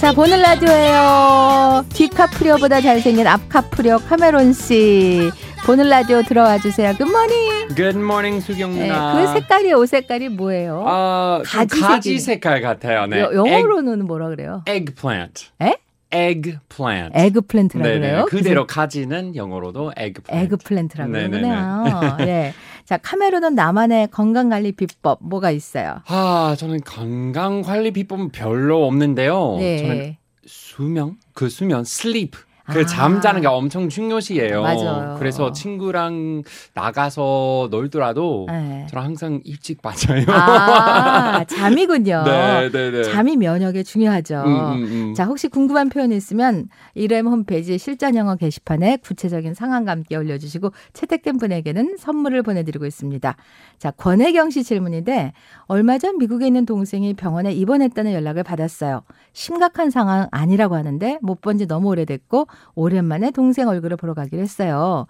자, 보는 라디오예요. 뒤카프리오보다 잘생긴 앞카프리오 카메론 씨. 보는 라디오 들어와 주세요. 굿모닝. Good morning, 수경 네, 누나. 그 색깔이 옷 색깔이 뭐예요? 아, 좀 가지 가지 색이네. 색깔 같아요. 네. 여- 영어로는 뭐라 그래요? egg, eggplant. 에? eggplant. 에그플랜트라 네네. 그래요? 그대로 가지는 영어로도 eggplant. 에그플랜트라고 네네네. 그러는구나. 예. 자, 카메론은 나만의 건강 관리 비법 뭐가 있어요? 아, 저는 건강 관리 비법은 별로 없는데요. 어, 저는 네. 수면, 그 수면, sleep. 그 아. 잠자는 게 엄청 중요시해요. 맞아요. 그래서 친구랑 나가서 놀더라도 네. 저는 항상 일찍 맞아요. 아, 잠이군요. 네, 네, 네. 잠이 면역에 중요하죠. 음, 음, 음. 자, 혹시 궁금한 표현이 있으면 이름 홈페이지 실전 영어 게시판에 구체적인 상황과 함께 올려주시고 채택된 분에게는 선물을 보내드리고 있습니다. 자, 권혜경 씨 질문인데 얼마 전 미국에 있는 동생이 병원에 입원했다는 연락을 받았어요. 심각한 상황 아니라고 하는데 못 본 지 너무 오래됐고 오랜만에 동생 얼굴을 보러 가기로 했어요.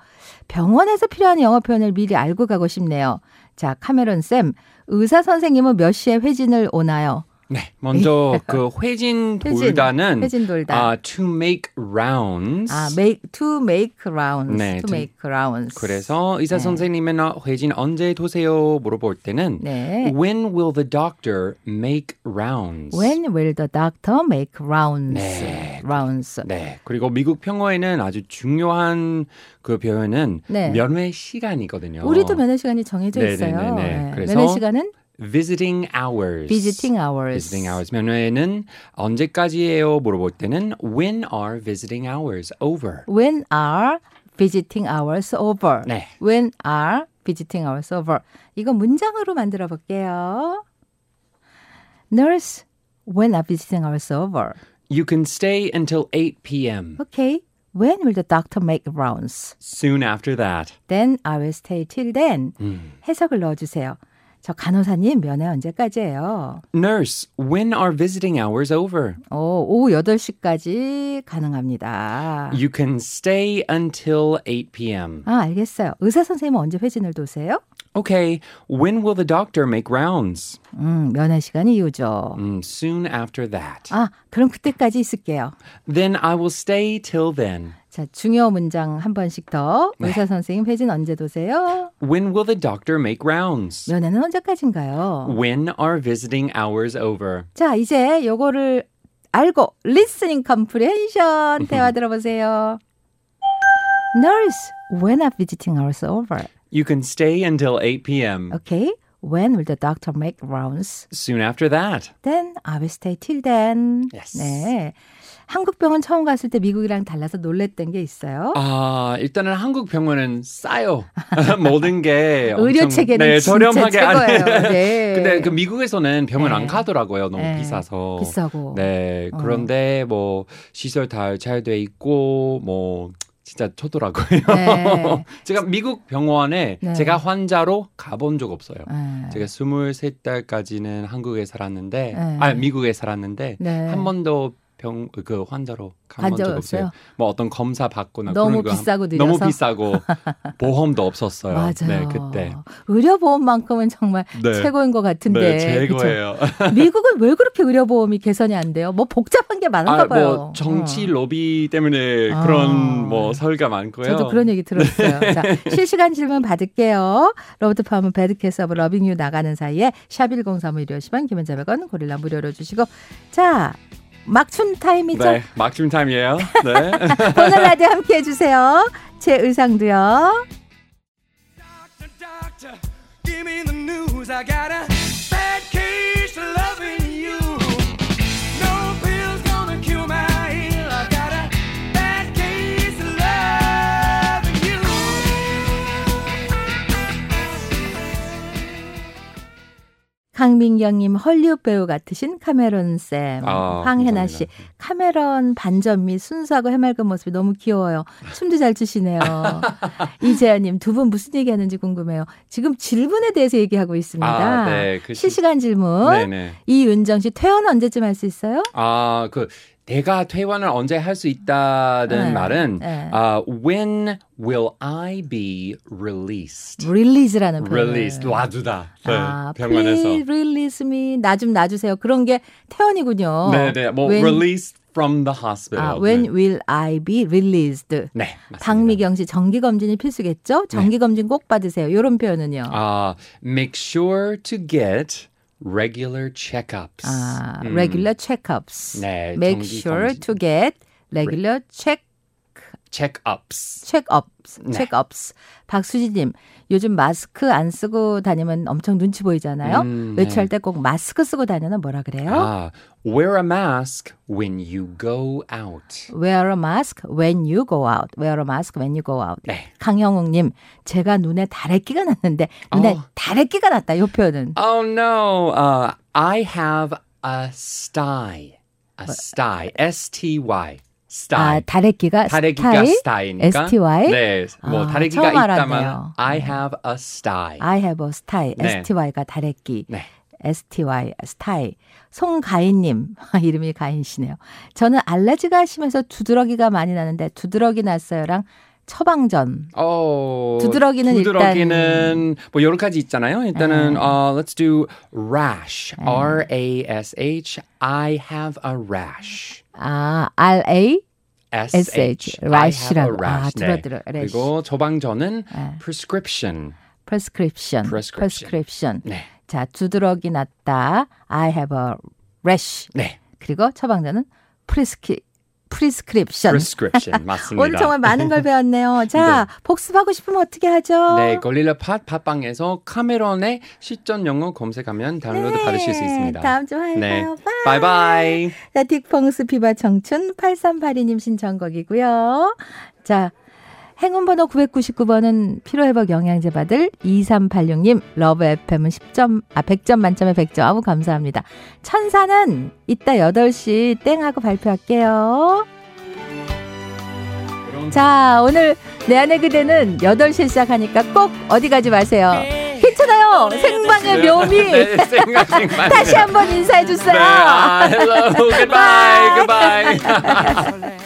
병원에서 필요한 영어 표현을 미리 알고 가고 싶네요. 자, 카메론 쌤, 의사 선생님은 몇 시에 회진을 오나요? 네, 먼저 그 회진 회진, 돌다는 회진 돌다. 아, to make rounds. 아, make to make rounds. 네, to to- make rounds. 그래서 의사 네. 선생님은 어, 회진 언제 도세요? 물어볼 때는 네. When will the doctor make rounds? When will the doctor make rounds? 네. rounds. 네. 그리고 미국 평어에는 아주 중요한 그 표현은 네. 면회 시간이거든요. 우리도 면회 시간이 정해져 네, 있어요. 네, 네, 네. 그래서 면회 시간은 visiting hours. visiting hours. visiting hours. 면회는 언제까지예요? 물어볼 때는 When are visiting hours over? When are visiting hours over? 네. When are visiting hours over? 이거 문장으로 만들어 볼게요. Nurse, when are visiting hours over? You can stay until 8 p.m. Okay. When will the doctor make rounds? soon after that. Then I will stay till then. 해석을 넣어주세요. 저 간호사님 면회 언제까지예요? Nurse, when are visiting hours over? 오, 오후 8시까지 가능합니다. You can stay until 8 p.m. 아, 알겠어요. 의사 선생님은 언제 회진을 도세요? Okay, when will the doctor make rounds? 음, 면회 시간이 이후죠. Mm, soon after that. 아, 그럼 그때까지 있을게요. Then I will stay till then. 자, 중요 문장 한 번씩 더. 의사 선생님 회진 언제 도세요? When will the doctor make rounds? 면회는 언제까지인가요? When are visiting hours over? 자, 이제 요거를 알고 리스닝 컴프레hen션 대화 들어보세요. Nurse, when are visiting hours over? You can stay until 8 p.m. Okay, when will the doctor make rounds? Soon after that. Then I will stay till then. Yes. 네. 한국 병원 처음 갔을 때 미국이랑 달라서 놀랬던 게 있어요. 아, Ah, 일단은 한국 병원은 싸요. 모든 게 의료 엄청- 체계는 네, 진짜 저렴하게 안- 최고예요. 네. 근데 그 미국에서는 병원 네. 안 가더라고요. 너무 네, 비싸서. 비싸고. 네. 어. 그런데 뭐 시설 다 잘 돼 있고 뭐 진짜 초더라고요. 네. 제가 미국 병원에 네. 제가 환자로 가본 적 없어요. 네. 제가 23달까지는 한국에 살았는데 네. 아 미국에 살았는데 네. 한 번도 병 그 환자로 간 가본 적 적 없어요. 없어요? 뭐 어떤 검사 받거나 너무 그런 거 한- 비싸고 너무 느려서? 비싸고 보험도 없었어요. 맞아요. 네, 그때. 의료보험만큼은 정말 네. 최고인 것 같은데. 네, 그쵸? 최고예요. 미국은 왜 그렇게 의료보험이 개선이 안 돼요? 뭐 복잡한 게 많은가 아, 봐요. 뭐 정치 어. 로비 때문에 아. 그런 뭐 설가 많고요. 저도 그런 얘기 들었어요. 자, 실시간 질문 받을게요. 로버트 파머 배드캐스 오브 러빙 유 나가는 사이에 샵1035 150원 김현자 100원 고릴라 무료로 주시고 자 막춤 타임이죠. 네, 막춤 타임이에요. 네. 오늘 라디오 함께해 주세요. 제 의상도요. Doctor, doctor, give me the news. I got a bad case of loving you. No pills gonna cure my ill. I got a bad case of loving you. 강민경님 헐리우드 배우 같으신 카메론 쌤, 아, 황혜나 감사합니다. 씨 카메론 반전 미 순수하고 해맑은 모습이 너무 귀여워요. 춤도 잘 추시네요. 이재현님 두 분 무슨 얘기하는지 궁금해요. 지금 질문에 대해서 얘기하고 있습니다. 아, 네. 그 시- 실시간 질문. 네, 네. 이윤정 씨 퇴원 언제쯤 할 수 있어요? 아, 그 내가 퇴원을 언제 할 수 있다는 네, 말은 네. 아, when will I be released? 릴리즈라는 표현. released 놔두다. 네, 아, 병원에서. please release me. 나 좀 놔주세요. 그런 게 퇴원이군요. 네, 네. 뭐 웬- released from the hospital. 아, when will I be released? 네, 네 맞습니다. 박미경 씨 정기 검진이 필수겠죠? 정기 검진 꼭 받으세요. 요런 표현은요. 아, make sure to get regular checkups. 아, regular checkups. 음. 네, Make 정기 sure 검진. to get regular check checkups. checkups. 네. checkups. 박수지님, 요즘 마스크 안 쓰고 다니면 엄청 눈치 보이잖아요. 음, 네. 외출할 때 꼭 마스크 쓰고 다녀는 뭐라 그래요? 아, wear a mask when you go out. Wear a mask when you go out. Wear a mask when you go out. 네. 강형욱님, 제가 눈에 다래끼가 났는데 눈에 어. 다래끼가 났다. 요 표현은 Oh no, uh, I have a sty. A sty. S T Y. uh, 아 Sty. 다래끼가 다래기가 스타일? 스타이니까. STY? 네, 뭐 아, 다래기가 처음 있다면 알았네요. I have a sty. I have a style. 네. STY가 다래끼. 네. STY 스타일 송가인님 이름이 가인 씨네요. 저는 알레르기가 심해서 두드러기가 많이 나는데 두드러기 났어요랑 처방전. 어, 두드러기는 Oh, 두드러기는 뭐 여러 가지 있잖아요. 일단은 어, let's do rash. R A S H. I have a rash. 아 R A S SH, I have a rash라고. rash. 아, 네. 두드러- rash. 그리고 처방전은 prescription. prescription. Prescription. prescription. 네. 자 두드러기 났다. I have a rash. 네. 그리고 처방전은 prescri prescription. prescription 맞습니다. 오늘 정말 많은 걸 배웠네요. 자 복습하고 싶으면 어떻게 하죠? 네, 걸릴라 팟 팟빵에서 카메론의 실전 영어 검색하면 다운로드 네, 받으실 수 있습니다. 다음 주에 봐요. 네. 바이. 바이바이. 자, 딕펑스 피바 청춘 8382님 신청곡이고요. 자, 행운번호 999번은 피로회복 영양제 받을 2386님, 러브 FM은 10점, 아, 100점 만점에 100점. 아우, 감사합니다. 천사는 이따 8시 땡하고 발표할게요. 자, 오늘 내 안의 그대는 8시에 시작하니까 꼭 어디 가지 마세요. 괜찮아요. 생방의 묘미. 네, 생각이 많네요. 다시 한번 인사해 주세요. 네, 아, hello. Goodbye. Goodbye. Bye.